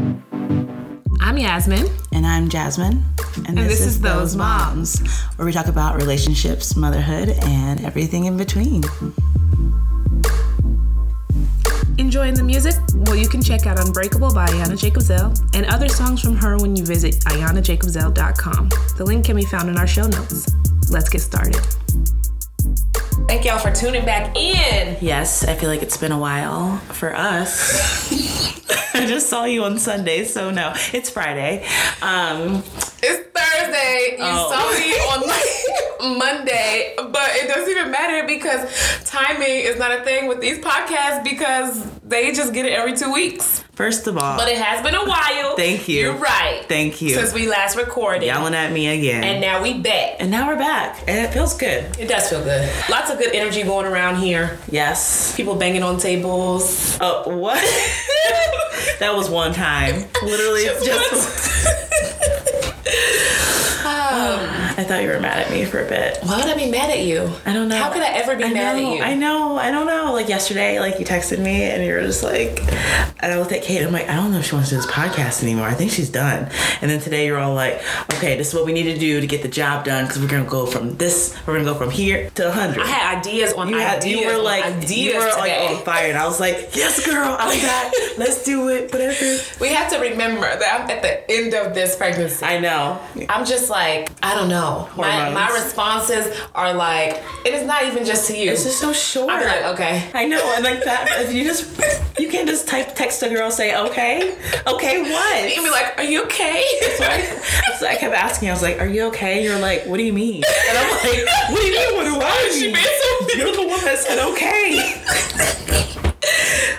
I'm Yasmin. And I'm Jasmine. And, this is Those where we talk about relationships, motherhood, and everything in between. Enjoying the music? Well, you can check out Unbreakable by Ayana Jacobsell and other songs from her when you visit ayanajacobsell.com. The link can be found in our show notes. Let's get started. Thank y'all for tuning back in. Yes, I feel like it's been a while for us. I just saw you on Sunday, so no, it's Friday. Um, It's Thursday. You saw me on Monday, but it doesn't even matter because timing is not a thing with these podcasts because they just get it every two weeks. first of all, But it has been a while. thank you. You're right. Thank you. Since we last recorded. Yelling at me again. And And, now we back. now we're back, and it feels good. It does feel good. Lots of good energy going around here. Yes. People banging on tables. Oh, what? that was one time. Literally, it's just. Um, I thought you were mad at me for a bit. Why would I be mad at you? I don't know. How could I ever be I mad know, at you? I know. I don't know. Like yesterday, like you texted me and you were just like, and I looked at Kate and I'm like, I don't know if she wants to do this podcast anymore. I think she's done. And then today you're all like, okay, this is what we need to do to get the job done because we're going to go from this, we're going to go from here to 100. I had ideas on you, had- ideas. you were on like, ideas you were like today. on fire. And I was like, yes, girl, I'm back. Let's do it. Whatever. We have to remember that I'm at the end of this pregnancy. I know. I'm just like, I don't know. My, Hormones. my responses are like, it is not even just to you. It's just so short. I'm like, okay. I know, and like that, if you just, you can't just type text a girl, say, okay, okay, what? You'd be like, are you okay? So I kept asking, I was like, Are you okay? You're like, What do you mean? And I'm like, What do you mean? What do I She mean? being so You're the one that said okay.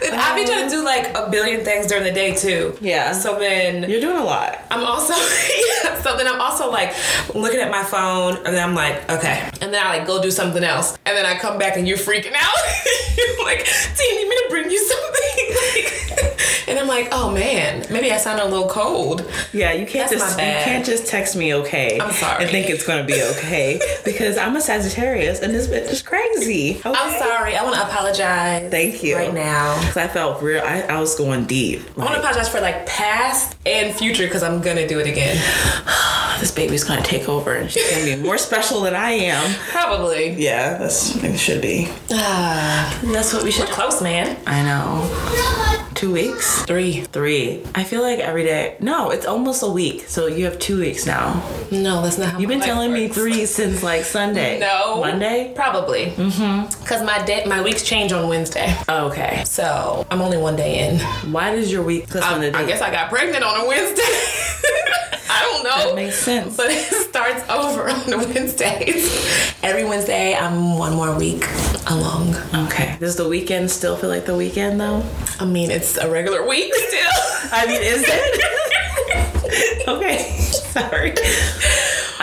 And I be trying to do like a billion things during the day too. Yeah. So then You're doing a lot. I'm also so then I'm also like looking at my phone and then I'm like, okay. And then I like go do something else. And then I come back and you're freaking out. you're like, do you need me to bring you something? Like, and I'm like, oh man, maybe I sound a little cold. Yeah, you can't That's just my you bad. can't just text me okay. I'm sorry. And think it's gonna be okay because I'm a Sagittarius and this bitch is crazy. Okay? I'm sorry. I want to apologize. Thank you. Right now. 'Cause I felt real. I, I was going deep. I want to Like, apologize for like past and future because I'm gonna do it again. "Oh, this baby's gonna take over and she's gonna be more special than I am. Probably. Yeah, that's it should be. Ah, That's what we we're should. close, man. I know. Two weeks. Three. Three. I feel like every day. No, it's almost a week. So you have two weeks now. No, that's not how You've been telling me three since like Sunday. No. Monday. Probably. Mm-hmm. Cause my day, my weeks change on Wednesday, Oh, Okay. so I'm only one day in. Why does your week? That's when Um, I, the I date- guess I got pregnant on a Wednesday. I don't know. That makes sense. But it starts over on the Wednesdays. Every Wednesday, I'm one more week along. Okay. Does the weekend still feel like the weekend though? I mean, it's a regular week still. I mean, is it? okay. Sorry.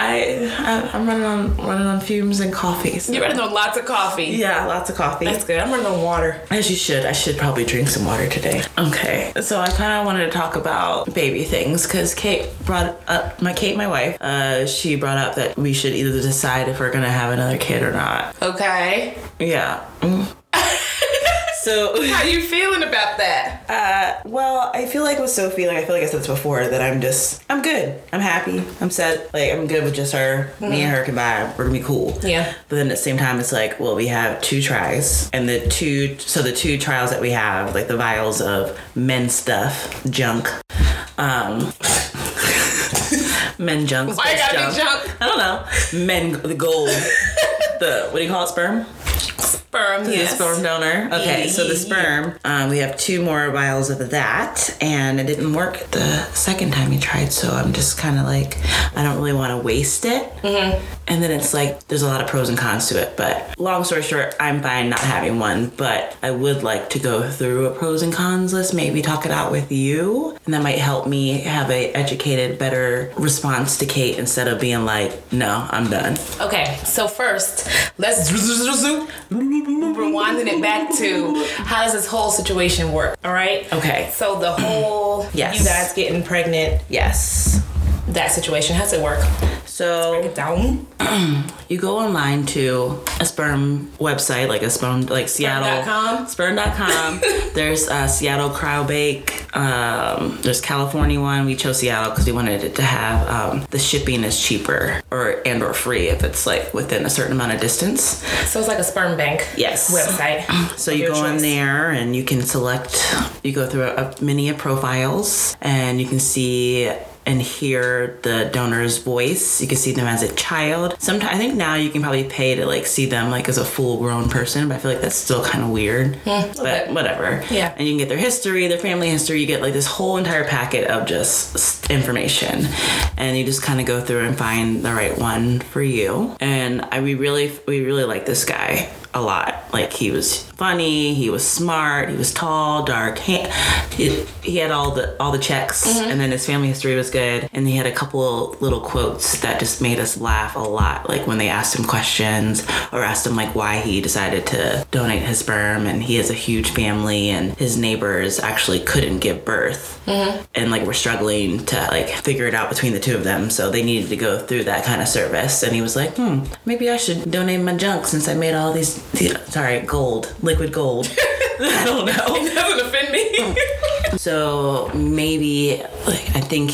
I, I I'm running on running on fumes and coffee. so- You're running on lots of coffee. Yeah, lots of coffee. That's good. I'm running on water. As you should. I should probably drink some water today. Okay. So I kind of wanted to talk about baby things because Kate brought up my Kate, my wife. Uh, she brought up that we should either decide if we're gonna have another kid or not. Okay. Yeah. Mm. so, How you feeling about that? uh, well, I feel like with Sophie, like I feel like I said this before, that I'm just I'm good. I'm happy. I'm set. Like I'm good with just her. Me and her combined, we're gonna be cool. Yeah. But then at the same time, it's like, well, we have two tries, and the two, so the two trials that we have, like the vials of men stuff, junk, um, men junk, Why it space gotta be junk? I don't know, men the gold, the what do you call it, sperm? Sperm. Yes. The sperm donor. Okay, so the sperm. Um, we have two more vials of that, and it didn't work the second time you tried. So I'm just kind of like, I don't really want to waste it. Mm-hmm. And then it's like, there's a lot of pros and cons to it. But long story short, I'm fine not having one. But I would like to go through a pros and cons list. Maybe talk it out with you, and that might help me have a educated, better response to Kate instead of being like, no, I'm done. Okay. So first, let's rewinding it back to how does this whole situation work? All right. Okay. So the whole Yes. you guys getting pregnant Yes. that situation how does it work? So Break it down. you go online to a sperm website, like a sperm, like Seattle. Sperm.com? Sperm.com. there's uh, Seattle Cryobake. Um, there's California one. We chose Seattle because we wanted it to have um, the shipping is cheaper or and or free if it's like within a certain amount of distance. So it's like a sperm bank. Yes. Website. So you Your go on choice. there and you can select. You go through a, many profiles and you can see and hear the donor's voice. You can see them as a child. Sometimes I think now you can probably pay to like see them like as a full-grown person, but I feel like that's still kind of weird. but whatever. Hmm. Yeah. And you can get their history, their family history. You get like this whole entire packet of just s- information, and you just kind of go through and find the right one for you. And I we really we really like this guy a lot. Like he was funny, he was smart, he was tall, dark. He, he, he had all the all the checks, and then his family history was good. And he had a couple little quotes that just made us laugh a lot. Like when they asked him questions or asked him like why he decided to donate his sperm, and he has a huge family, and his neighbors actually couldn't give birth, and like were struggling to like figure it out between the two of them. So they needed to go through that kind of service. And he was like, hmm, maybe I should donate my junk since I made all these. Sorry, gold, liquid gold. I don't know It doesn't offend me. so maybe like, i think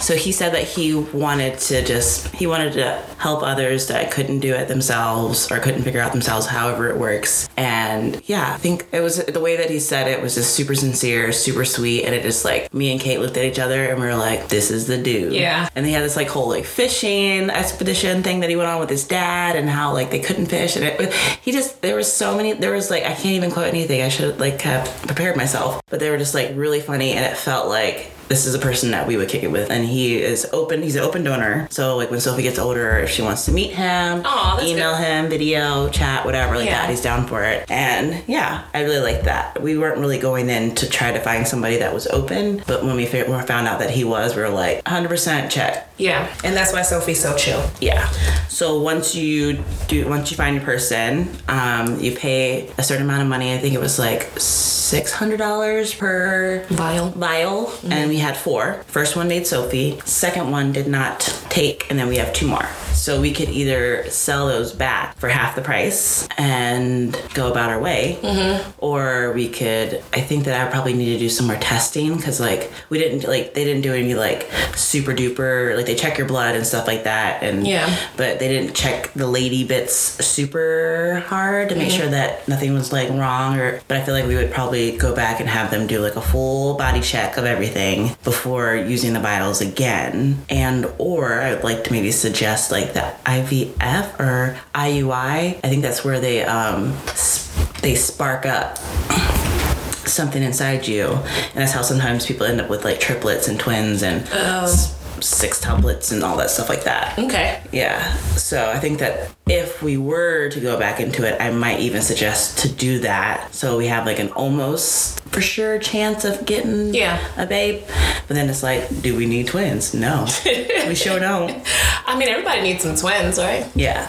so he said that he wanted to just he wanted to help others that couldn't do it themselves or couldn't figure out themselves however it works and yeah i think it was the way that he said it was just super sincere super sweet and it just like me and kate looked at each other and we were like this is the dude Yeah. and they had this like whole like fishing expedition thing that he went on with his dad and how like they couldn't fish and it he just there was so many there was like I can't even quote anything I should like have prepared myself but they were just like really funny and it felt like this is a person that we would kick it with and he is open he's an open donor so like when Sophie gets older if she wants to meet him Aw, that's email good. him video chat whatever like Yeah. that he's down for it and yeah I really like that we weren't really going in to try to find somebody that was open but when we fa- when we found out that he was we were like 100% check yeah. And that's why Sophie's so chill. yeah. So once you do, once you find your person, um, you pay a certain amount of money. I think it was like six hundred dollars per Vial. vial, and we had four. First one made Sophie. Second one did not take, and then we have two more. So we could either sell those back for half the price and go about our way, or we could. I think that I probably need to do some more testing because like we didn't like they didn't do any like super duper like they check your blood and stuff like that and Yeah. but they didn't check the lady bits super hard to make sure that nothing was like wrong or but i feel like we would probably go back and have them do like a full body check of everything before using the vials again and or i would like to maybe suggest like the ivf or iui i think that's where they um s- they spark up something inside you and that's how sometimes people end up with like triplets and twins and s- six tuplets and all that stuff like that Okay. yeah. So I think that if we were to go back into it, I might even suggest to do that. So we have like an almost for sure chance of getting Yeah. a babe. But then it's like, do we need twins? No. we sure don't. I mean, everybody needs some twins, right? Yeah.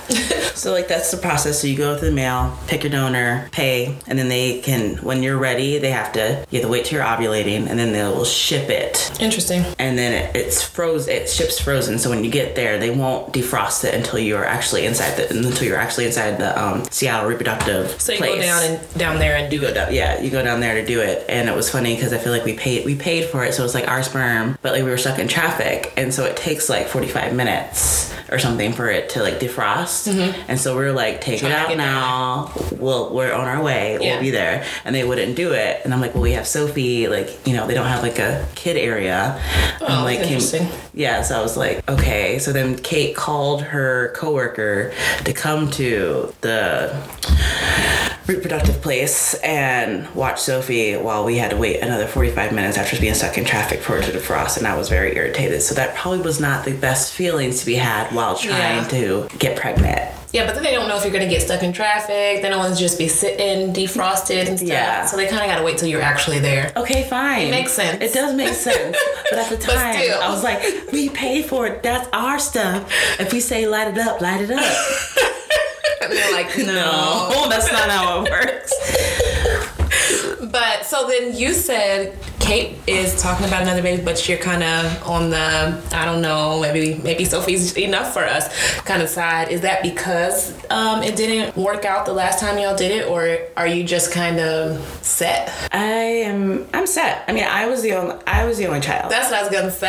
so like that's the process. So you go through the mail, pick your donor, pay, and then they can when you're ready, they have to you have to wait till you're ovulating and then they will ship it Interesting. and then it, it's frozen. It ships frozen, so when you get there, they won't defrost it until you're actually inside the until you're actually inside the um, Seattle reproductive. So you place. go down and down there and do You go down, yeah. You go down there to do it, and it was funny because I feel like we paid we paid for it, so it's like our sperm, but like we were stuck in traffic, and so it takes like forty five minutes or something for it to like defrost, Mm-hmm. and so we are like, take it to out get now. We'll we're on our way. Yeah. We'll be there, and they wouldn't do it, and I'm like, well, we have Sophie, like you know, they don't have like a kid area. Oh, I'm like, that's can- interesting. yeah, so I was like, okay. So then Kate called her coworker to come to the reproductive place and watch Sophie while we had to wait another 45 minutes after being stuck in traffic for it to defrost. And I was very irritated. So that probably was not the best feelings to be had while trying to get pregnant. Yeah, but then they don't know if you're gonna get stuck in traffic. They don't want to just be sitting defrosted and stuff. Yeah. So they kind of gotta wait till you're actually there. Okay, fine. It makes sense. It does make sense. But at the But time, still. I was like, we paid for it. That's our stuff. If we say light it up, light it up. And they're like, no. No, that's not how it works. But so then you said Kate is talking about another baby, but you're kind of on the I don't know, maybe maybe Sophie's enough for us kind of side. Is that because um, it didn't work out the last time y'all did it, or are you just kind of set? I am. I'm set. I mean, I was the only. I was the only child. That's what I was gonna say.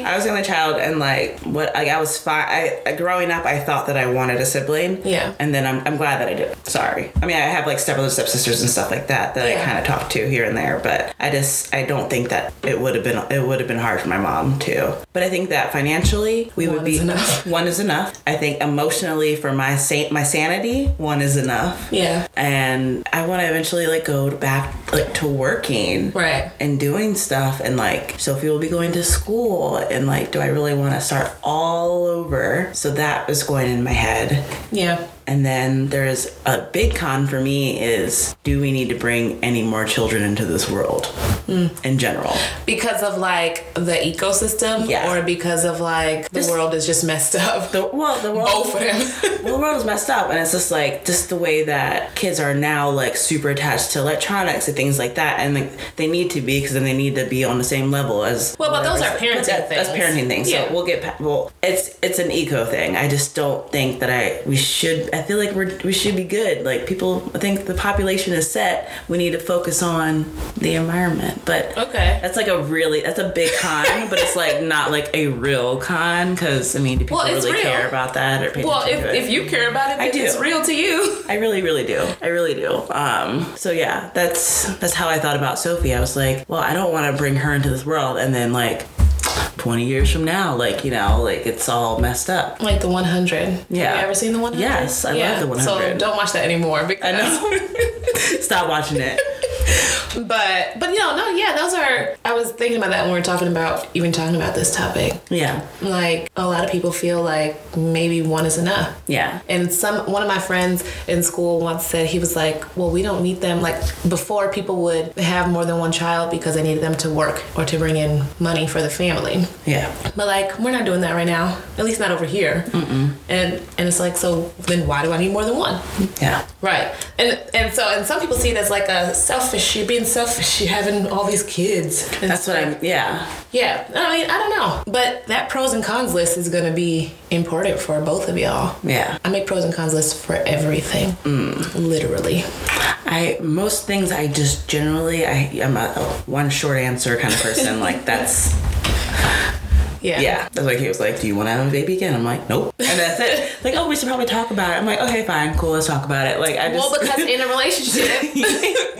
yeah, I was the only child, and like what like I was fine. I like, growing up, I thought that I wanted a sibling. Yeah. and then I'm, I'm glad that I did. Sorry, I mean I have like stepbrothers, stepsisters, and stuff like that that Yeah. I kind of talk to here and there, but I just I don't think that it would have been it would have been hard for my mom too. But I think that financially we would One be is enough. one is enough. I think emotionally for my sa- my sanity, one is enough. Yeah. and I want to eventually like go back like to working Right. and doing stuff and like Sophie will be going to school and like do I really want to start all over so that was going in my head Yeah. and then there's a big con for me is do we need to bring any more children into this world Hmm. in general Because of like the ecosystem, Yeah. or because of like the world is just messed up. the well the world Both of them. the world is messed up and it's just like just the way that kids are now like super attached to electronics and things like that and like they need to be because then they need to be on the same level as Well, but those whatever- are parenting but that- that's things. parenting things Yeah. so we'll get pa- well it's it's an eco thing i just don't think that i we should i feel like we're we should be good like people i think the population is set we need to focus on the environment but Okay. that's like a really that's a big con but it's like not like a real con because i mean do people Well, it's really real. care about that or pay Well, attention if, to it? if you care about it, I then it's do. real to you. I really, really do. I really do. Um, so yeah, that's that's how I thought about Sophie. I was like, well, I don't want to bring her into this world, and then like, twenty years from now, like you know, like it's all messed up. Like the 100. Yeah. Have you ever seen the 100? Yes, I love The 100. So don't watch that anymore. Because, Stop watching it. But, but you know, no, yeah, those are, I was thinking about that when we were talking about, even talking about this topic. Yeah, Like, a lot of people feel like maybe one is enough. yeah, And some one of my friends in school once said he was like, "Well, we don't need them like before people would have more than one child because they needed them to work or to bring in money for the family." yeah. But like, we're not doing that right now. At least not over here. And and it's like, so then why do I need more than one? Yeah. Right. And and so and some people see it as like a selfish. You're being selfish. You're having all these kids. And That's what I'm. Yeah, Yeah. I mean, I don't know. But that pros and cons list is gonna be important for both of y'all. yeah. I make pros and cons lists for everything. Mm. Literally. I most things I just generally I I'm a one short answer kind of person. like that's Yeah. Yeah, that's like he was like, "Do you want to have a baby again?" I'm like, "Nope," and that's it. like, oh, we should probably talk about it. I'm like, okay, fine, cool, let's talk about it. Like, I just Well, because in a relationship,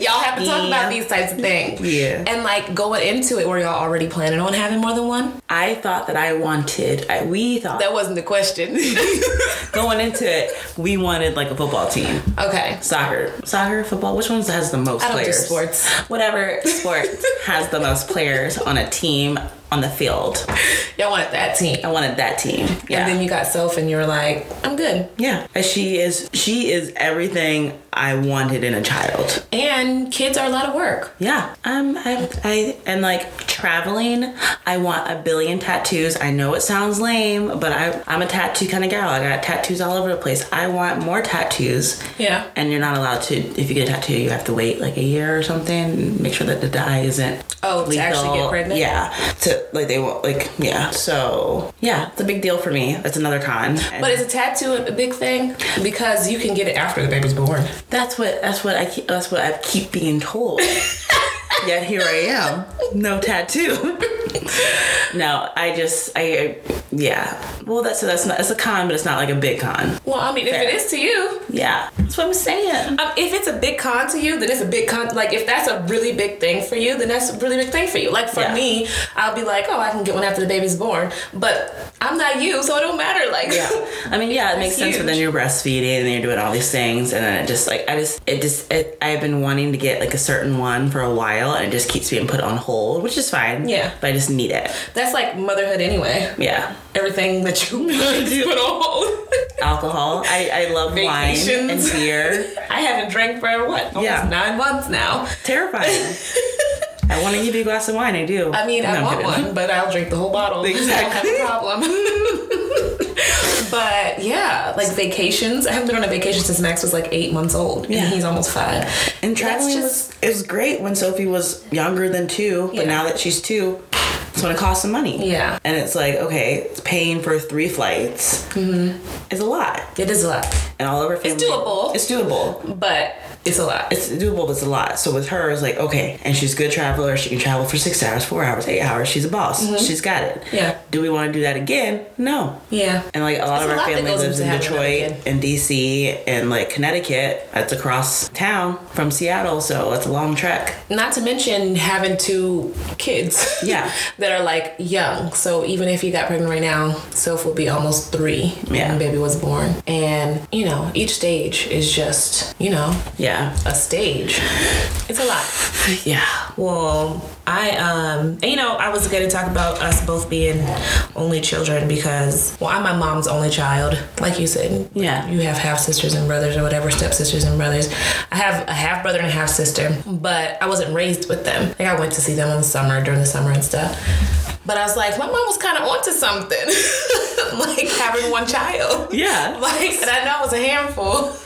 y'all have to talk Yeah. about these types of things. Yeah. And like going into it, were y'all already planning on having more than one? I thought that I wanted. I, we thought That wasn't the question. going into it, we wanted like a football team, okay. soccer, soccer, football. Which ones has the most I don't do players? sports. Whatever sport has the most players on a team on the field. Y'all wanted that team. I wanted that team. Yeah. And then you got self and you were like, I'm good. yeah, she is. She is everything I wanted in a child. And kids are a lot of work. Yeah. Um. I. I. And like traveling, I want a billion tattoos. I know it sounds lame, but I. I'm a tattoo kind of gal. I got tattoos all over the place. I want more tattoos. Yeah. And you're not allowed to. If you get a tattoo, you have to wait like a year or something. and Make sure that the dye isn't. Oh, to actually get pregnant? Yeah. To like they won't like yeah. So yeah, it's a big deal for me. That's another con. But is a tattoo a big thing? Because you can get it after the baby's born. That's what that's what I keep, that's what I keep being told. Yet here I am, no tattoo. no, I just I, I yeah. Well, that's so that's not it's a con, but it's not like a big con. Well, I mean, if it is to you, Yeah, that's what I'm saying. Um, if it's a big con to you, then it's a big con. Like if that's a really big thing for you, then that's a really big thing for you. Like for Yeah. me, I'll be like, oh, I can get one after the baby's born, but I'm not you, so it don't matter. Like, Yeah, I mean, yeah, it makes sense. But huge. then you're breastfeeding and you're doing all these things, and then it just like I just it just it, I've been wanting to get like a certain one for a while, and it just keeps being put on hold, which is fine. Yeah. but I just need it. that's like motherhood anyway. Yeah, Everything that you do put on hold. alcohol. I I love wine and Vacations. beer. I haven't drank for what? Almost Yeah. nine months now. terrifying. I want to give you a E glass of wine. I do. I mean, No, I I'm want kidding. one, but I'll drink the whole bottle. I don't have Exactly. a problem. but yeah, like vacations. I haven't been on a vacation since Max was like eight months old, and Yeah. he's almost five. And That's traveling just- was it was great when Sophie was younger than two, but Yeah. now that she's two, it's gonna cost some money. Yeah. And it's like, okay, it's paying for three flights is a lot. it is a lot, And all of her family Mm-hmm. doable. It's doable. but it's a lot. It's doable, but it's a lot. So with her, it's like, okay, and she's a good traveler, she can travel for six hours, four hours, eight hours, she's a boss. She's got it. Mm-hmm. Yeah. Do we wanna do that again? No. yeah, And like a lot It's of a our lot that family goes lives into in having another Detroit and DC and like Connecticut. That's across town from Seattle, so it's a long trek. not to mention having two kids. Yeah. that are like young. So even if you got pregnant right now, Soph will be almost three Yeah. when baby was born. And you know, each stage is just you know Yeah. a stage. It's a lot. Yeah. Well, I um, and, you know, I was gonna talk about us both being only children because, well, I'm my mom's only child, like you said. Yeah. You have half sisters and brothers or whatever, stepsisters and brothers. I have a half brother and a half sister, but I wasn't raised with them. Like I went to see them in the summer during the summer and stuff. But I was like, my mom was kind of onto something, like having one child. Yeah. Like, and I know it was a handful,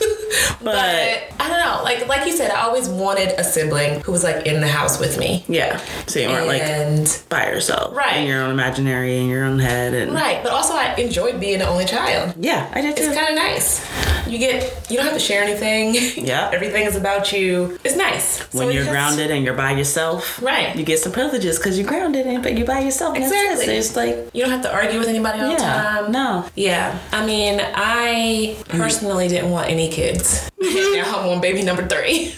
but, But- I don't know. Like, like you said, I always wanted a sibling who was like in the house with me. Yeah. So you weren't like and by yourself. Right. In your own imaginary, in your own head. And right, but also I enjoyed being the only child. Yeah, I did too. It's kind of nice. You get you don't have to share anything. Yeah. everything is about you. It's nice So when it you're just- grounded and you're by yourself, Right. you get some privileges because you're grounded and but you're by yourself. and that's it. Exactly. It's like, You don't have to argue with anybody all the yeah, time. no. Yeah, I mean, I personally didn't want any kids. now I'm on baby number three.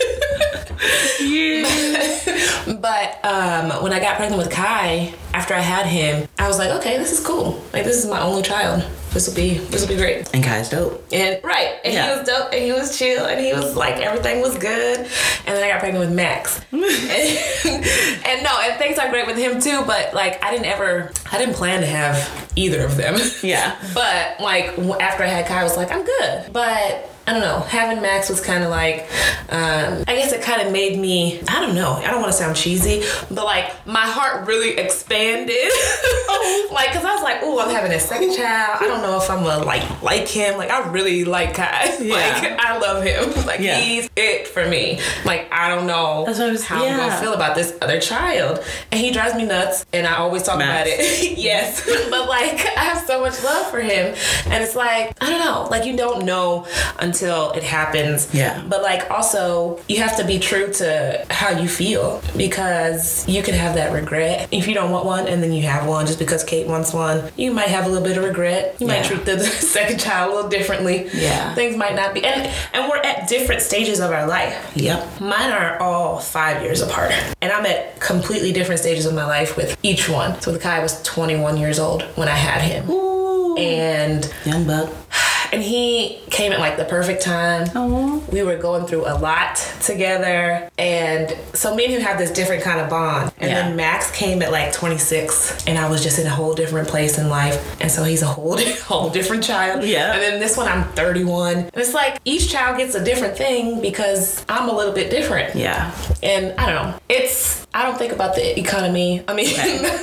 But um, when I got pregnant with Kai, after I had him, I was like, okay, this is cool. Like this is my only child. This will be this will be great. and Kai's dope. And right, and Yeah. he was dope, and he was chill, and he was like everything was good. And then I got pregnant with Max, and, and no, and things are great with him too. But like, I didn't ever, I didn't plan to have either of them. Yeah. But like w- after I had Kai, I was like, I'm good. But I don't know. Having Max was kind of like, um, I guess it kind of made me. I don't know. I don't want to sound cheesy, but like my heart really expanded. like, cause I was like, oh, I'm having a second child. I don't know if I'm gonna like like him. Like, I really like Kai. Yeah. Like, I love him. Like, Yeah. he's it for me. Like, I don't know That's what I was- how I'm gonna yeah. feel about this other child, and he drives me nuts. And I always talk Max. about it yes, but like I have so much love for him, and it's like I don't know, like you don't know until it happens. Yeah. But like also, you have to be true to how you feel because you could have that regret if you don't want one, and then you have one just because Kate wants one. You might have a little bit of regret. You might Yeah. treat the second child a little differently. Yeah. Things might not be, and and we're at different stages of our life. Yep. Mine are all five years apart, and I'm at completely different stages of my life with each one. So with Kai, I was 21 years old when I had him, Ooh. and Young Buck. and he came at like the perfect time. Oh. We were going through a lot together, and so me and him have this different kind of bond. And Yeah. then Max came at like 26, and I was just in a whole different place in life, and so he's a whole whole different child. Yeah. And then this one, I'm 31, and it's like each child gets a different thing because I'm a little bit different. Yeah. And I don't know. It's I don't think about the economy. I mean,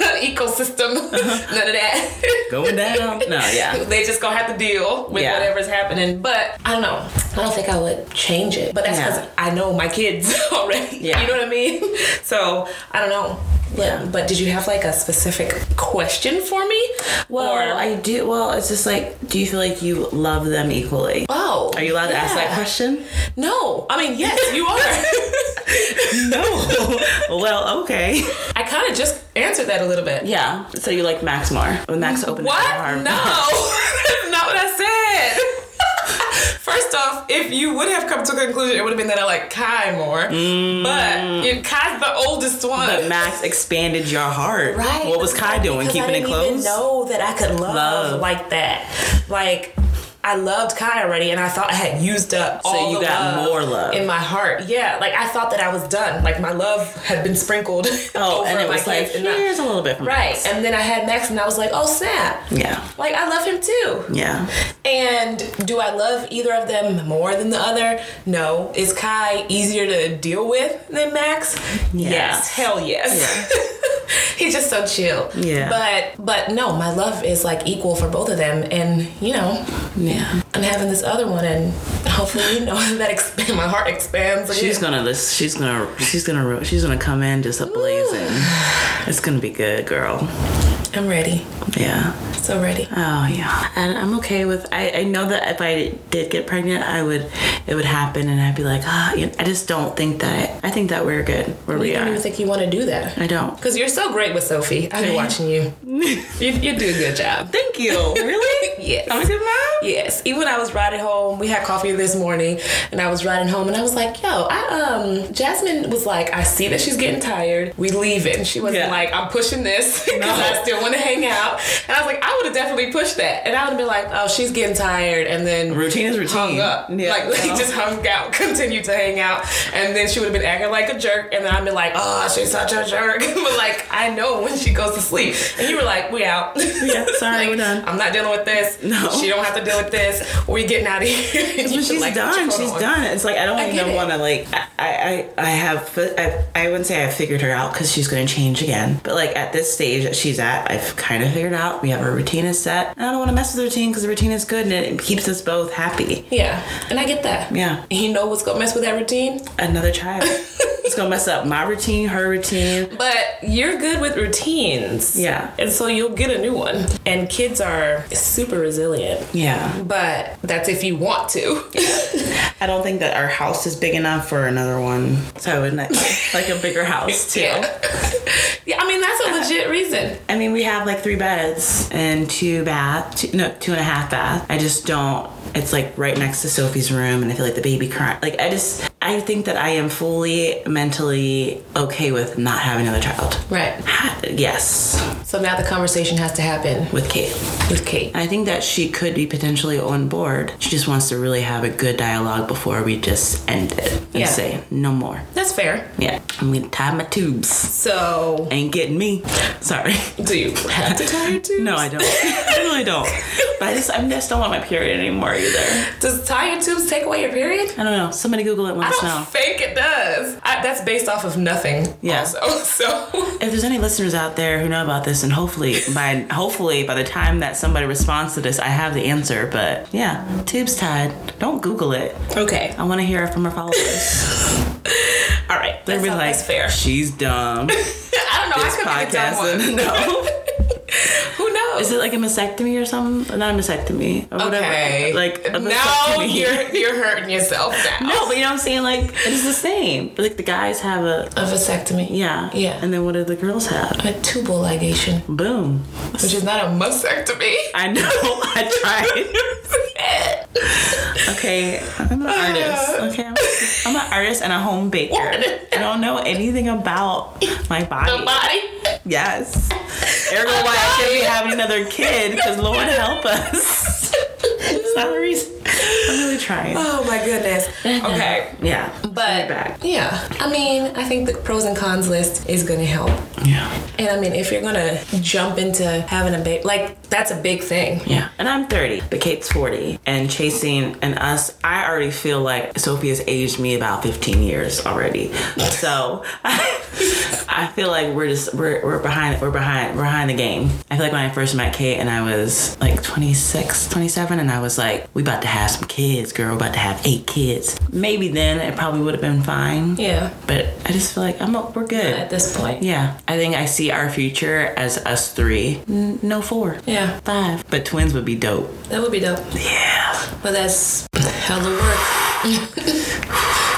ecosystem. None of that. Uh-huh. Going down. no, yeah. They just gonna have to deal with Yeah. whatever's happening. But I don't know. I don't think I would change it. But that's Yeah. because I know my kids already. Yeah. You know what I mean? So I don't know. But, Yeah. but did you have like a specific question for me? Well, Or- I do. Well, it's just like, do you feel like you love them equally? oh, Are you allowed to ask that yeah. question? No. I mean, yes, you are. No. well, okay. I kind of just answered that a little bit. Yeah. So you like Max more when Max opened up her What? arm. No, that's not what I said. First off, if you would have come to a conclusion, it would have been that I like Kai more. But you Kai's the oldest one. Mm. But Max expanded your heart. Right. What was Kai doing? Because I Keeping it didn't even closed? know that I could love, Love. like that. Like I loved Kai already, and I thought I had used up. So all you the got more love. in my heart. Yeah, like I thought that I was done. Like my love had been sprinkled. Oh, and over it my was like, kids and not- here's a little bit from right. Max. And then I had Max, and I was like, oh snap. Yeah. Like I love him too. Yeah. And do I love either of them more than the other? No. Is Kai easier to deal with than Max? Yeah. Yes. Hell yes. He's just so chill. Yeah. But but no, my love is like equal for both of them, and you know, Yeah. I'm having this other one, and hopefully, you know, that exp- my heart expands. again. She's gonna listen. She's gonna. She's gonna. ro- She's gonna come in just ablazing. It's gonna be good, girl. I'm ready. Yeah. So ready. Oh yeah. And I'm okay with. I, I know that if I did get pregnant, I would. It would happen, and I'd be like, ah. you know, I just don't think that. I, I think that we're good where we You don't are. even think you want to do that. I don't. Because you're so great with Sophie. I've been watching you. you. You do a good job. Thank you. Really? Oh Yes. I'm a good mom. Yes. Even when I was riding home, we had coffee this morning, and I was riding home, and I was like, "Yo, I um." Jasmine was like, "I see that she's getting tired. We leaving." She wasn't Yeah. like, "I'm pushing this because I still want to hang out." And I was like, "I would have definitely pushed that," and I would have been like, "Oh, she's getting tired," and then Routine is routine. hung up. Yeah. like we No. just hung out, continued to hang out, and then she would have been acting like a jerk, and then I'd be like, "Oh, she's such a jerk." but like, I know when she goes to sleep, and you were like, "We out." Yeah, sorry, Like, we're done. I'm not dealing with this. No. She don't have to deal with this. We getting out of here. And you But should, she's like, put your done. coat She's on. done. It's like I don't get even it. want to like. I I I have. I, I wouldn't say I've figured her out because she's going to change again. But like at this stage that she's at, I've kind of figured out. We have a routine is set, and I don't want to mess with the routine because the routine is good and it keeps us both happy. Yeah, and I get that. Yeah. And you know what's gonna mess with that routine, Another child. it's gonna mess up my routine, her routine. but you're good with routines. Yeah. and so you'll get a new one. And kids are super resilient. Yeah. But that's if you want to. I don't think that our house is big enough for another one. So I would not like a bigger house too. Yeah. yeah, I mean that's a legit reason. I mean, we have like three beds and two bath, two, no, two and a half bath. I just don't. It's like right next to Sophie's room, and I feel like the baby crying. Like I just, I think that I am fully mentally okay with not having another child. Right. Yes, So now the conversation has to happen with Kate. with Kate. I think that she could be potentially on board. She just wants to really have a good dialogue before we just end it and Yeah. say no more. That's fair. Yeah, I'm gonna tie my tubes. So Ain't getting me. Sorry. do you have to tie your tubes? No, I don't. I really don't. But I just, I just don't want my period anymore either. Does tie your tubes take away your period? I don't know. Somebody Google it I once don't now. think it does. I, that's based off of nothing. Yeah. Also, so If there's any listeners out there who know about this, and hopefully by hopefully by the time that somebody responds to this, I have the answer. But yeah, tubes tied. Don't Google it. okay. I want to hear it from our followers. All right. They'll That's, be how- like, that's fair. she's dumb. I don't know. This I could be a dumb podcast. one. No. Who knows? Is it like a vasectomy or something? Not a vasectomy. Or whatever. okay. Like a now vasectomy. you're you're hurting yourself now. No, but you know what I'm saying? Like it's the same. Like the guys have a A vasectomy. Yeah. Yeah. And then what do the girls have? A tubal ligation, Boom. which is not a mastectomy. I know. I tried. okay. I'm an artist. Okay. I'm, I'm an artist and a home baker. I don't know anything about my The body. body. Yes. Ergo, why I shouldn't be having another kid? Because Lord help us. it's not the reason. I'm really trying. Oh my goodness. Okay. Yeah. But Back. yeah, I mean, I think the pros and cons list is gonna help. Yeah. And I mean, if you're gonna jump into having a baby, like that's a big thing. Yeah. And I'm 30, but Kate's 40. And chasing and us, I already feel like Sophie has aged me about 15 years already. So I, I feel like we're just we're, we're behind we're behind behind the game. I feel like when I first met Kate and I was like 26, 27, and I was like, we about to have some kids, girl, we about to have eight kids. Maybe then it probably would have been fine. Yeah. But I just feel like I'm we're At good. this point. Yeah, I think I see our future as us three. N- No four Yeah, five. But twins would be dope. that would be dope. Yeah. But that's hella work.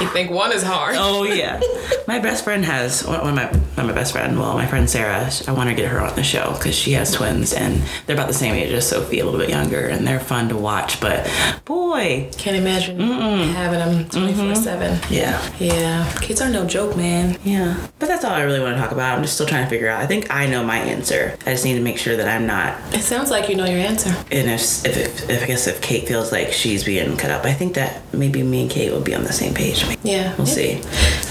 you think one is hard? Oh yeah. my best friend has one of my not my best friend. Well, my friend Sarah. I want to get her on the show because she has twins and they're about the same age as Sophie, a little bit younger, and they're fun to watch. But boy, Can't imagine having them 24 7. yeah. Yeah, kids are no joke, man. Yeah, but that's all I really want to talk about. I'm just still trying to figure out. I think I know my answer. I just need to make sure that I'm not. It sounds like you know your answer. And if, if, if I guess if Kate feels like she's being cut up, I think that maybe me and Kate will be on the same page. I mean, Yeah. we'll see.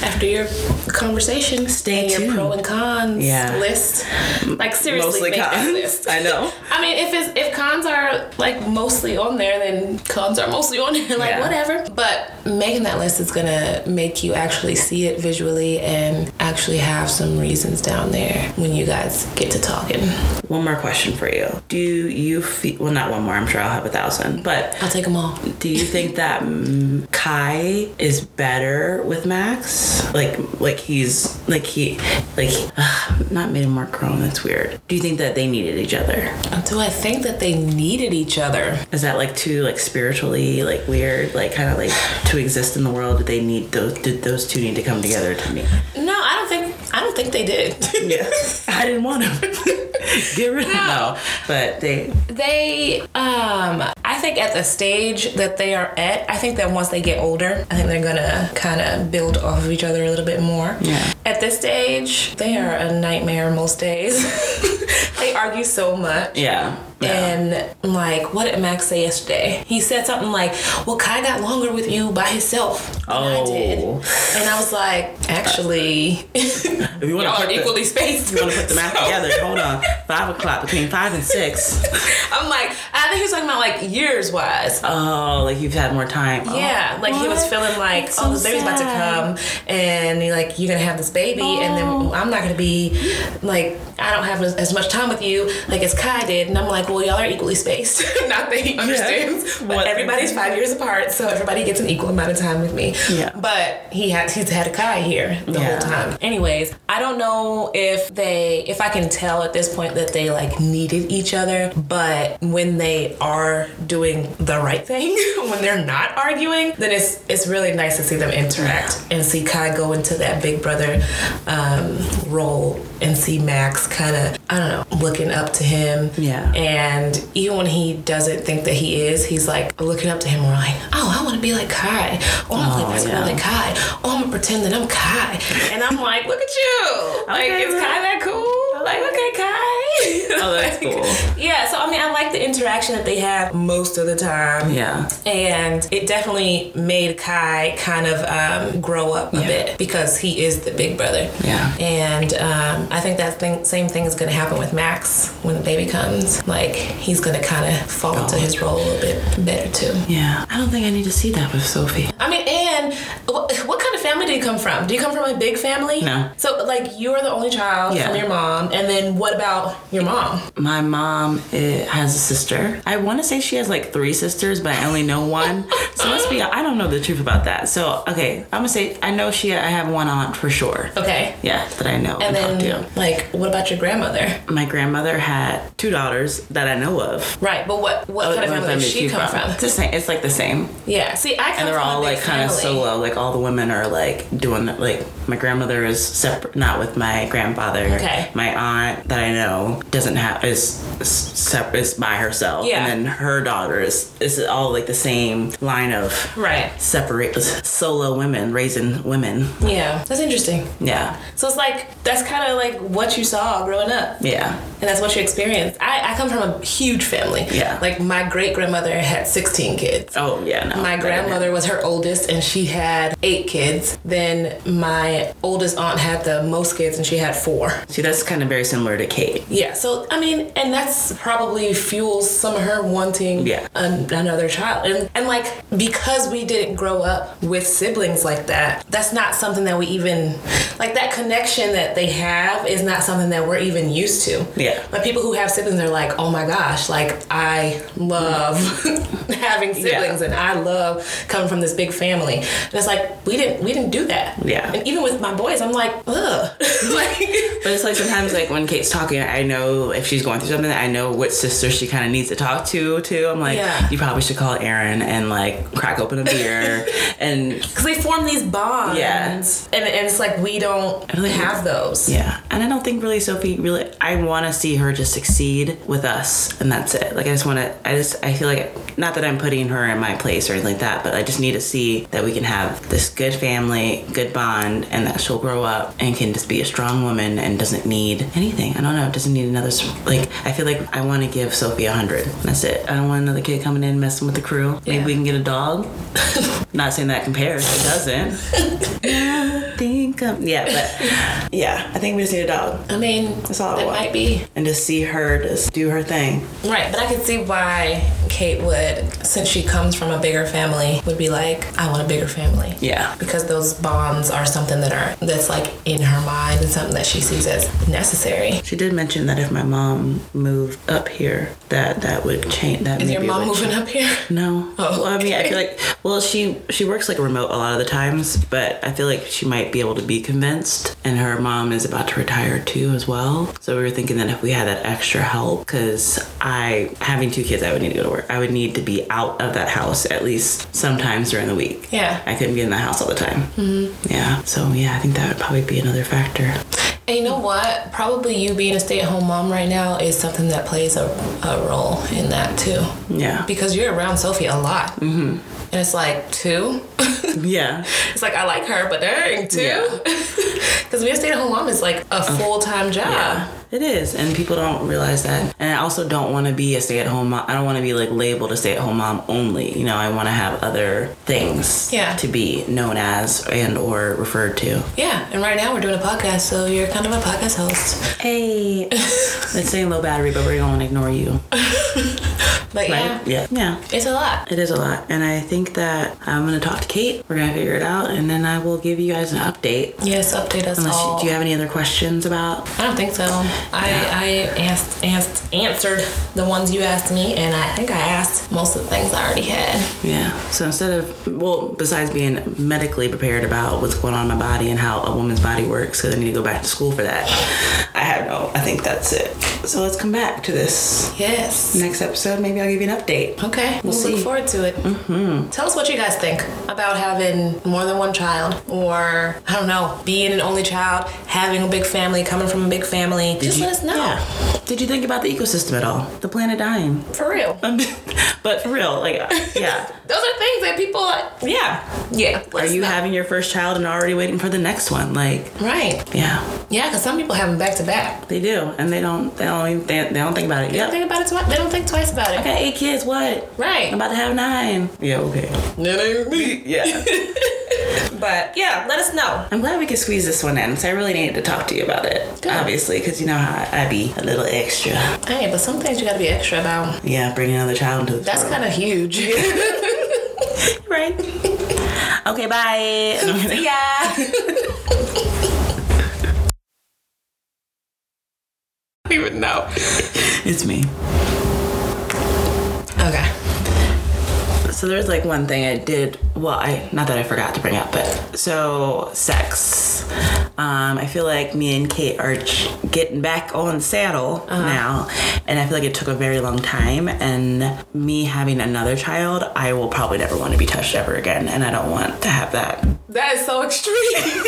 After your conversation, Stay and your tuned. pro and cons Yeah. list. Like seriously, Mostly make that cons. list. I know. I mean, if it's if cons are like mostly on there, then cons are mostly on there. Like Yeah. whatever. But making that list is gonna make you actually see it visually and actually have some reasons down there when you guys get to talking. One more question for you. Do you feel, well, not one more, I'm sure I'll have a thousand, but I'll take them all. do you think that mm, Kai is better with Max? Like, like he's, like he, like, ugh, not made him more grown, that's weird. Do you think that they needed each other? Do I think that they needed each other? Is that like too, like, spiritually, like, weird, like, kind of like to exist in the world? Did they need those, did those two need to come together to me? No, I don't think. I don't think they did. Yeah. I didn't want him. Get rid of him. No. But they, They, um, I think at the stage that they are at, I think that once they get older, I think they're gonna kind of build off of each other a little bit more. Yeah. At this stage, they are a nightmare most days. they argue so much. yeah. yeah. And like, what did Max say yesterday? He said something like, "Well, Kai got longer with you by himself." than I did." Oh. And I was like, actually, If you want y'all to are put the, equally spaced. you want to put the math So- together, hold on. Five o'clock between five and six. I'm like, I think he was talking about like years wise. Oh, like you've had more time. Oh, Yeah, like he was what? feeling like, That's oh, so the baby's about to come, and you're like you're gonna have this baby, and Oh. then I'm not gonna be like I don't have as, as much time with you like as Kai did, and I'm like, well, y'all are equally spaced. not that he understands, but What- everybody's five years apart, so everybody gets an equal amount of time with me. Yeah. but he had he's had a Kai here the whole Yeah. time. Anyways, I don't know if they if I can tell at this point that they like needed each other, but when they are doing the right thing, when they're not arguing, then it's it's really nice to see them interact and see Kai go into that big brother um, role and see Max kind of I don't know looking up to him. Yeah. And even when he doesn't think that he is, he's like looking up to him. We're like, oh, I want to be like Kai. Oh, I'm gonna Oh, play basketball yeah. like Kai. Oh, I'm gonna pretend that I'm Kai. And I'm like, look at you. Like, Okay, is well. Kai that cool? Like, okay, Kai. Oh, that's Like, cool. Yeah. So I mean, I like the interaction that they have most of the time. Oh, Yeah. And it definitely made Kai kind of um, grow up a bit because he is the big brother. Yeah. And um, I think that thing, same thing is going to happen with Max when the baby comes. Like, he's going to kind of fall Oh. into his role a little bit better, too. Yeah. I don't think I need to see that with Sophie. I mean, and what, what kind of family do you come from? Do you come from a big family? No. So, like, you're the only child Yeah. from your mom. And then what about your mom? My mom eh, has a sister. I want to say she has like three sisters, but I only know one. So let's be, I don't know the truth about that. So, okay, I'm going to say I know she, I have one aunt for sure. Okay. Yeah, that I know and, And talk then, to. like, what about your grandmother? My grandmother had two daughters that I know of. Oh, Right, but what, what kind of family does she come from? It's the same. It's like the same. Yeah. See, I come And they're from all a big like kind of family. solo. Like all the women are like doing that. Like my grandmother is separate, not with my grandfather. Okay. My aunt that I know doesn't have is is sep is by herself. Yeah. And then her daughter is is all like the same line of Right. separate solo women raising women. Yeah. That's interesting. Yeah. So it's like that's kind of like what you saw growing up, Yeah. and that's what you experienced. I, I come from a huge family. Yeah. Like my great grandmother had sixteen kids. Oh yeah. No. My grandmother was her oldest, and she had eight kids. Then my oldest aunt had the most kids, and she had four. See, that's kind of very similar to Kate. Yeah, so I mean, and that's probably fuels some of her wanting Yeah. an, another child. And, and like, because we didn't grow up with siblings like that, that's not something that we even, like, that connection that they have is not something that we're even used to. Yeah. Like, people who have siblings are like, oh my gosh, like, I love having siblings and I love coming from this big family. And it's like, we didn't, we didn't do that. Yeah. And even with my boys, I'm like, ugh. like, But it's like sometimes, like when Kate's talking, I know if she's going through something, I know what sister she kind of needs to talk to. Too, I'm like, Yeah. you probably should call Aaron and like crack open a beer. and Because they form these bonds. Yeah. And, and it's like we don't really have those. yeah, and I don't think really Sophie really. I want to see her just succeed with us, and that's it. Like I just want to. I just I feel like not that I'm putting her in my place or anything like that, but I just need to see that we can have this good family, good bond, and that she'll grow up and can just be a strong woman and doesn't need anything. I don't know. Doesn't need another. s- Like I feel like I want to give Sophie a hundred. That's it. I don't want another kid coming in messing with the crew. Maybe Yeah. we can get a dog. not saying that compares. It doesn't. Yeah, think of yeah, but yeah. I think we just need a dog I mean, That's all I it want. might be. and just see her just do her thing. Right, but I could see why Kate would, since she comes from a bigger family, would be like, I want a bigger family. Yeah. Because those bonds are something that are that's like in her mind and something that she sees as necessary. She did mention that if my mom moved up here, that that would change. That Is maybe your mom would moving change. up here? No. Oh, well, I mean, I okay. feel like well, she she works like remote a lot of the times, but I feel like she might be able to be convinced. And her mom is about to retire too, as well. So we were thinking that if we had that extra help, because I having two kids, I would need to go to work. I would need to be out of that house at least sometimes during the week. Yeah. I couldn't be in the house all the time. Mm-hmm. Yeah. So yeah, I think that would probably be another factor. And you know what? Probably you being a stay at home mom right now is something that plays a, a role in that too. Yeah. Because you're around Sophie a lot. Mm-hmm. And it's like, two? yeah. It's like I like her, but dang, too. Yeah. Uh, Because being a stay-at-home mom is like a full-time job. It is, and people don't realize that. And I also don't want to be a stay-at-home mom. I don't want to be like labeled a stay-at-home mom only. You know, I want to have other things Yeah. to be known as and or referred to. Yeah, and right now we're doing a podcast, so you're kind of a podcast host. Hey, it's saying low battery, but we're going to ignore you. But Oh, yeah, Right? Yeah. Yeah. it's a lot. It is a lot, and I think that I'm gonna talk to Kate. We're gonna figure it out, and then I will give you guys an update. Yes, update us Unless you, all. do you have any other questions about? I don't think so. I, I asked, asked, answered the ones you asked me, and I think I asked most of the things I already had. Yeah. So instead of, well, besides being medically prepared about what's going on in my body and how a woman's body works, because I need to go back to school for that, I have no, I think that's it. So let's come back to this Yes. next episode. Maybe I'll give you an update. Okay, we'll, see. Mm-hmm. look forward to it. Tell us what you guys think about having more than one child, or I don't know, being an only child, having a big family, coming from a big family. Just you- let us know. Yeah. Did you think about the ecosystem at all? The planet dying. For real. Um, but for real, like, yeah. Those are things that people, Yeah. yeah. Are let us you know. having your first child and already waiting for the next one? Like, Right. yeah, Yeah, because some people have them back to back. they do, and they don't, they don't, even, they, they don't think about it. They Yep. Think about it twice. They don't think twice about it. I got eight kids. What? Right. I'm about to have nine. Yeah. Okay. That ain't me. Yeah. But yeah, let us know. I'm glad we could squeeze this one in. So I really needed to talk to you about it. Good. Obviously, because you know how I be a little extra. Hey, but some things you gotta be extra about. Yeah, bringing another child into the That's kind of huge. of right. okay, bye. yeah. even know. it's me. Okay. So there's like one thing I did. Well, I not that I forgot to bring up, but so sex. Um, I feel like me and Kate are ch- getting back on saddle now, and I feel like it took a very long time. And me having another child, I will probably never want to be touched ever again, and I don't want to have that. That is so extreme.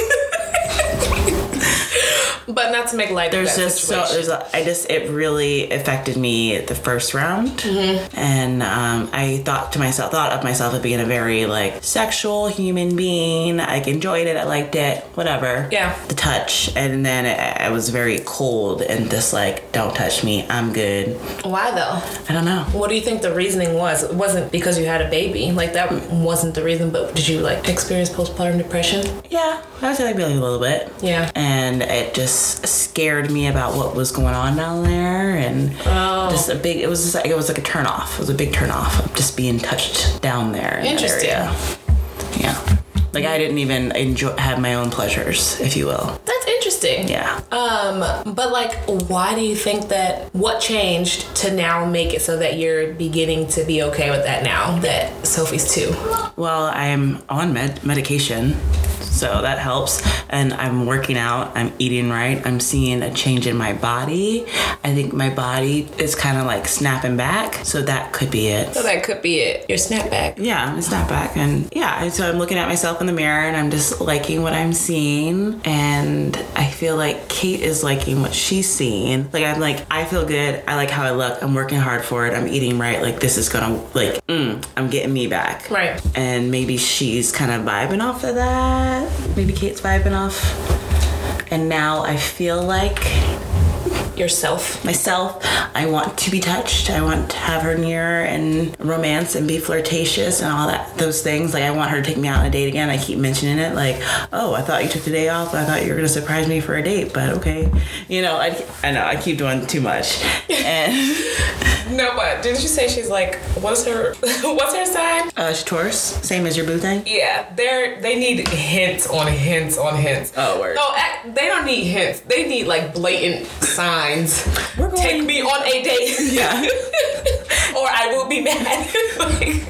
but not to make light There's of that just so situation. there's a, I just it really affected me the first round, Mm-hmm. and um, I thought to myself thought of myself as being a very like sexual human being. Like enjoyed it, I liked it, whatever. Yeah. the touch, and then it, I was very cold and just like don't touch me, I'm good. Why though? I don't know. What do you think the reasoning was? It wasn't because you had a baby. Like that wasn't the reason, but did you like experience postpartum depression? Yeah, I was like feeling a little bit. Yeah. and it just scared me about what was going on down there and Oh. just a big it was just like it was like a turn off it was a big turn off of just being touched down there in that Interesting. area. yeah like i didn't even enjoy have my own pleasures if you will That's interesting. yeah Um, but like why do you think that what changed to now make it so that you're beginning to be okay with that now that Sophie's two? well i'm on med- medication So that helps. And I'm working out, I'm eating right, I'm seeing a change in my body. I think my body is kind of like snapping back. So that could be it. So that could be it. Your snapback. Yeah, it's not back. And yeah, and so I'm looking at myself in the mirror and I'm just liking what I'm seeing. And I feel like Kate is liking what she's seeing. Like, I'm like, I feel good. I like how I look. I'm working hard for it. I'm eating right. Like, this is gonna, like, mm, I'm getting me back. Right. And maybe she's kind of vibing off of that. Maybe Kate's vibing off. And now I feel like Yourself. myself. I want to be touched. I want to have her near and romance and be flirtatious and all that those things. Like I want her to take me out on a date again. I keep mentioning it. Like, oh, I thought you took the day off. I thought you were gonna surprise me for a date, but okay. You know, I, I know I keep doing too much. And No, but didn't you say she's like, what's her, what's her sign? uh, Taurus, same as your boo thing. Yeah, they're they need hints on hints on hints. Oh, word. No, ac- they don't need hints. They need like blatant signs. We're going- Take me on a date. Yeah. or I will be mad. Like,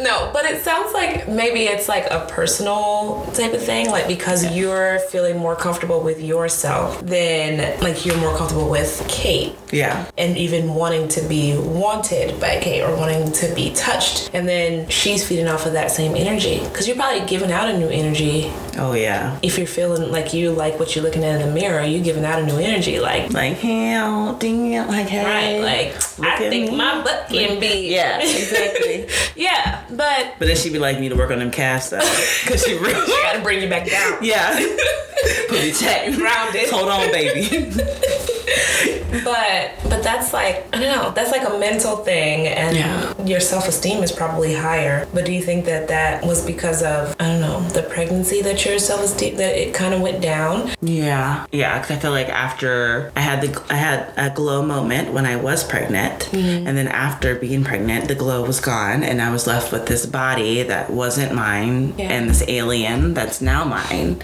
no, but it sounds like maybe it's like a personal type of thing, like because you're feeling more comfortable with yourself than like you're more comfortable with Kate Yeah. and even wanting to be wanted by Kate or wanting to be touched. And then she's feeding off of that same energy because you're probably giving out a new energy. Oh yeah. If you're feeling like you like what you're looking at in the mirror, you're giving out a new energy. Like, Like hell, damn, like right, hey. like, Look I at think me. my butt can be. Yeah, exactly. yeah, but but then she'd be like, "Need to work on them calves, though, because she really." I gotta bring you back down. Yeah. Put me check. Grounded. Hold on, baby. But but that's like I don't know. That's like a mental thing, and Yeah. your self esteem is probably higher. But do you think that that was because of I don't know the pregnancy that your self esteem that it kind of went down? Yeah, yeah. Because I feel like after I had the I had a glow moment when I was pregnant, and then after being pregnant, the glow was gone, and I was left with this body that wasn't mine, Yeah. and this alien that's now mine.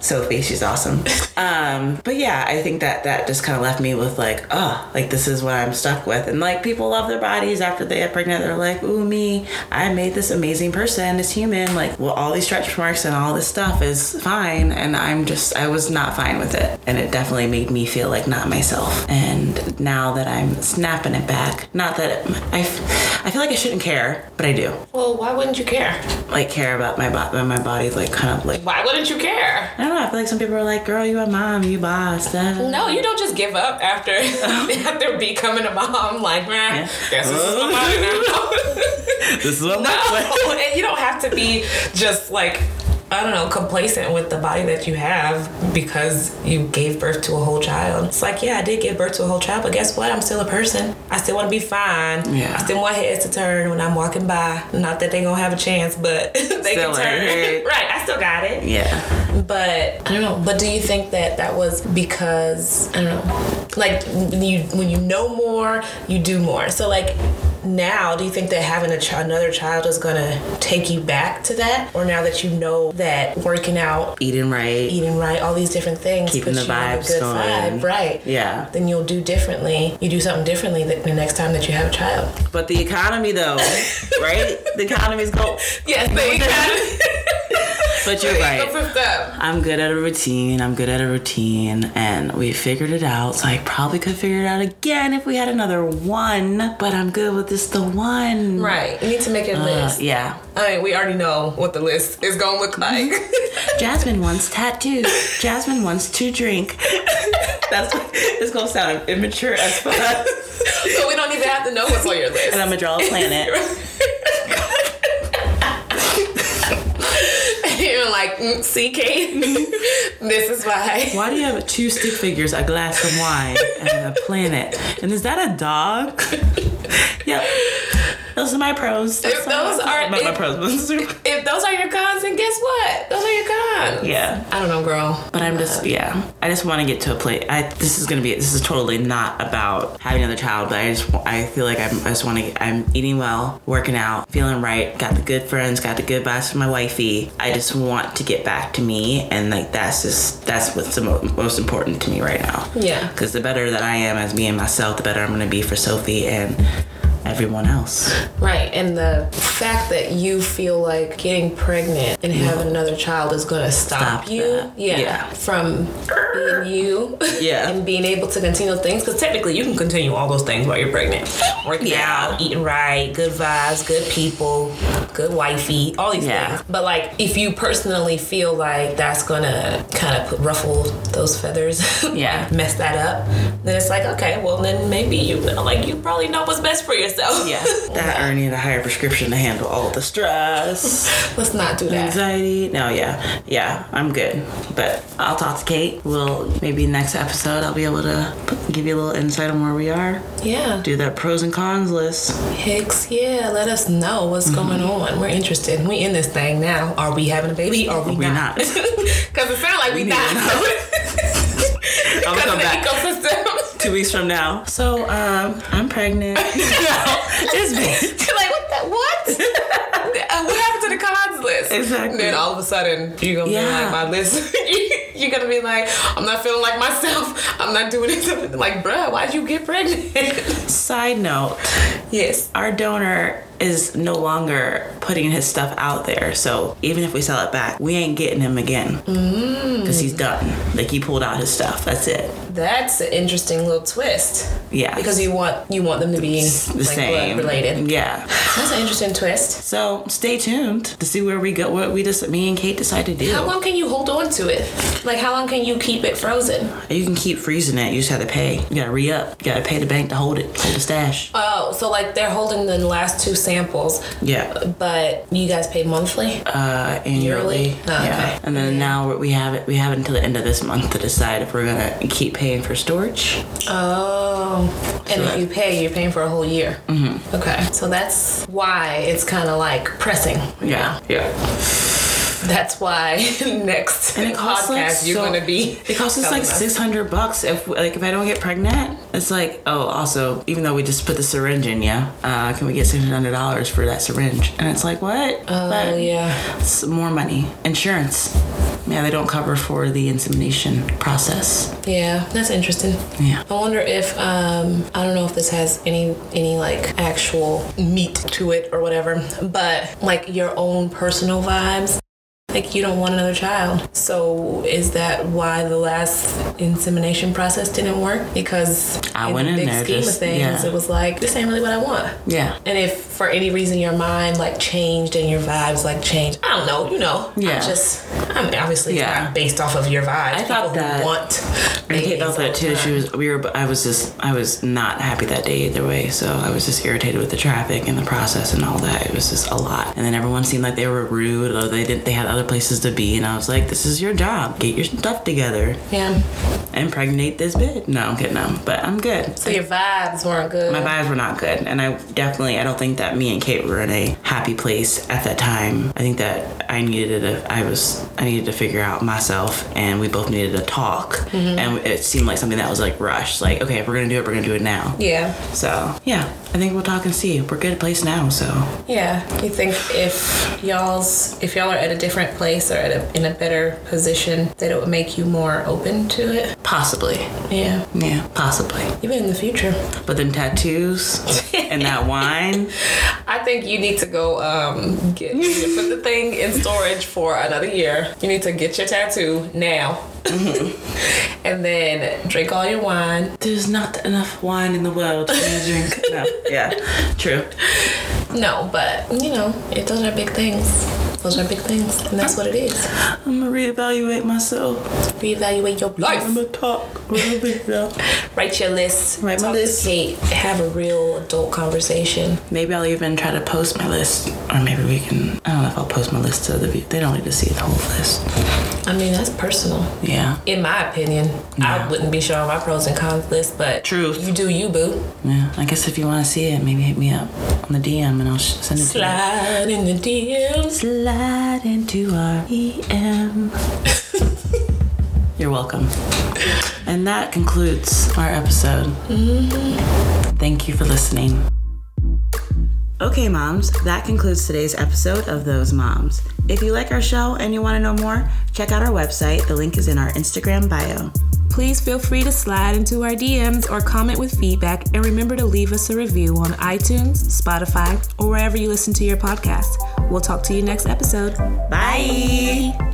Sophie, she's awesome. Um, but yeah, I think that that just kind of left me with like, oh, like this is what I'm stuck with, and like people love their bodies after they get pregnant. They're like, ooh, me, I made this amazing person, this human. Like, well, all these stretch marks and all this stuff is fine, and I'm just, I was not fine with it, and it definitely made me feel like not myself. And now that I'm snapping it back, not that it, I, f- I feel like I shouldn't care, but I do. Well, why wouldn't you care? Like care about my body, my body, like kind of like. Why wouldn't you care? I don't know. I feel like some people are like, "Girl, you a mom, you boss." da, da, da." No, you don't just give up after after becoming a mom. Like, man, guess this is my body now. This is what I'm left no, and you don't have to be just like I don't know, complacent with the body that you have because you gave birth to a whole child. It's like, yeah, I did give birth to a whole child, but guess what? I'm still a person. I still want to be fine. Yeah. I still want heads to turn when I'm walking by. Not that they gonna have a chance, but they Still can want turn. it. right, I still got it. Yeah. But I don't know. But do you think that that was because I don't know, like when you when you know more, you do more. So like now, do you think that having a ch- another child is gonna take you back to that, or now that you know that working out, Eating right. eating right, all these different things, Keeping puts the you on a vibes good going. vibe, right? Yeah. Then you'll do differently. You do something differently the, the next time that you have a child. But the economy, though, right? The economy's go. Yes, they But you're right. up. I'm good at a routine. I'm good at a routine, and we figured it out. So I probably could figure it out again if we had another one. But I'm good with this the one. Right. You need to make your Uh, list. yeah. I mean, we already know what the list is gonna look like. Jasmine wants tattoos. Jasmine wants to drink. That's it's gonna sound immature as fuck. so we don't even have to know what's on your list. And I'm gonna draw a planet. You're like, mm, CK, this is why. Why do you have two stick figures, a glass of wine, and a planet? And is that a dog? yep. Those are my pros. Those, If those not are- my if- pros. If those are your cons, then guess what? Those are your cons. yeah. I don't know, girl. But I'm just yeah. I just want to get to a place. I, this is gonna be. This is totally not about having another child. But I just. wa- I feel like I'm. I just want to. I'm eating well, working out, feeling right. Got the good friends. Got the good vibes from my wifey. I just want to get back to me, and like that's just that's what's the mo- most important to me right now. Yeah. Because the better that I am as me and myself, the better I'm gonna be for Sophie and everyone else. Right, and the fact that you feel like getting pregnant and having another child is going to stop, Stop you, that. yeah, Yeah. from being you, Yeah. and being able to continue things. Because technically, you can continue all those things while you're pregnant, working Yeah. out, eating right, good vibes, good people, good wifey, all these Yeah. things. But like, if you personally feel like that's going to kind of put, ruffle those feathers, Yeah. mess that up, then it's like, okay, well then maybe you like you probably know what's best for yourself. that or need a higher prescription to handle all the stress, Let's not do that. anxiety. No, yeah, yeah, I'm good. But I'll talk to Kate. We'll maybe next episode I'll be able to p- give you a little insight on where we are. Yeah. Do that pros and cons list. Hicks, yeah, let us know what's Mm-hmm. going on. We're interested. We in this thing now. Are we having a baby? Are we We're not? not. Because it sounds like we need to not. know. I'll Because of come the back. ecosystem. Two weeks from now. So, um, I'm pregnant. it's been. You're like, what? The, what? Uh, what happened to the cons list? Exactly. Then all of a sudden, you're gonna be Yeah. like, my list. you're gonna be like, I'm not feeling like myself. I'm not doing it. Like, bruh, why'd you get pregnant? Side note. yes. our donor is no longer putting his stuff out there. So even if we sell it back, we ain't getting him again Mm. because he's done. Like he pulled out his stuff. That's it. That's an interesting little twist. Yeah. Because you want you want them to be the like same blood related. Yeah. That's an interesting twist. So stay tuned to see where we go. What we just me and Kate decide to do. How long can you hold on to it? Like, how long can you keep it frozen? You can keep freezing it. You just have to pay. You gotta re up. You gotta pay the bank to hold it. Hold the stash. Oh, so like they're holding the last two samples, Yeah. but you guys pay monthly? Uh, annually. uh, Yearly? Oh, yeah. okay. And then now we have it. We have it until the end of this month to decide if we're gonna keep paying for storage. Oh. And if Correct. you pay, you're paying for a whole year. Mm-hmm. Okay. So that's why it's kind of like pressing. Yeah. Yeah. That's why next And it costs podcast like you're so- going to be. It costs us telling like six hundred bucks if like if I don't get pregnant. It's like oh, also even though we just put the syringe in, yeah, uh, can we get six hundred dollars for that syringe? And it's like what? Oh, But yeah. it's more money, insurance. Yeah, they don't cover for the insemination process. Yeah. That's interesting. Yeah. I wonder if um, I don't know if this has any any like actual meat to it or whatever, but like your own personal vibes. Like you don't want another child. So is that why the last insemination process didn't work? Because I went in the big there scheme just- of things, yeah. it was like this ain't really what I want. Yeah. And if for any reason your mind like changed and your vibes like changed, I don't know, you know. Yeah. I'm just I'm obviously it's Yeah. not based off of your vibes. I thought that- want And babies Kate felt all that the too. She time. was we were I was just I was not happy that day either way. So I was just irritated with the traffic and the process and all that. It was just a lot. And then everyone seemed like they were rude or they didn't they had other places to be and I was like, This is your job. Get your stuff together. Yeah. Impregnate this bit. No, I'm kidding them. But I'm good. So your vibes weren't good. My vibes were not good, and I definitely I don't think that me and Kate were in a happy place at that time. I think that I needed to I was I needed to figure out myself, and we both needed to talk, and it seemed like something that was like rushed. Like okay, if we're gonna do it, we're gonna do it now. yeah, So yeah, I think we'll talk and see. We're good place now, so yeah. You think if y'all's if y'all are at a different place or at a, in a better position, that it would make you more open to it? possibly, Yeah, yeah, possibly. even in the future. But them tattoos and that wine, I think you need to go um, get you need to put the thing in storage for another year. You need to get your tattoo now. and then drink all your wine. there's not enough wine in the world for me to drink. No, yeah, true. No, but you know, it, those are big things. Those are big things, and that's what it is. I'm gonna reevaluate myself. Reevaluate your life. I'm gonna talk a little bit though. Write your list. Write my talk list. To Kate. Have a real adult conversation. Maybe I'll even try to post my list, or maybe we can. I don't know if I'll post my list to the. view. They don't need to see the whole list. I mean, that's personal. Yeah, In my opinion, I wouldn't be showing my pros and cons list, but Truth. you do you, boo. yeah. I guess if you want to see it, maybe hit me up on the DM and I'll sh- send it to you. Slide in the DMs. Slide into our EM. You're welcome. And that concludes our episode. Thank you for listening. Mm-hmm. Okay, moms, that concludes today's episode of Those Moms. If you like our show and you want to know more, check out our website. The link is in our Instagram bio. Please feel free to slide into our DMs or comment with feedback And remember to leave us a review on iTunes, Spotify, or wherever you listen to your podcast. We'll talk to you next episode. Bye.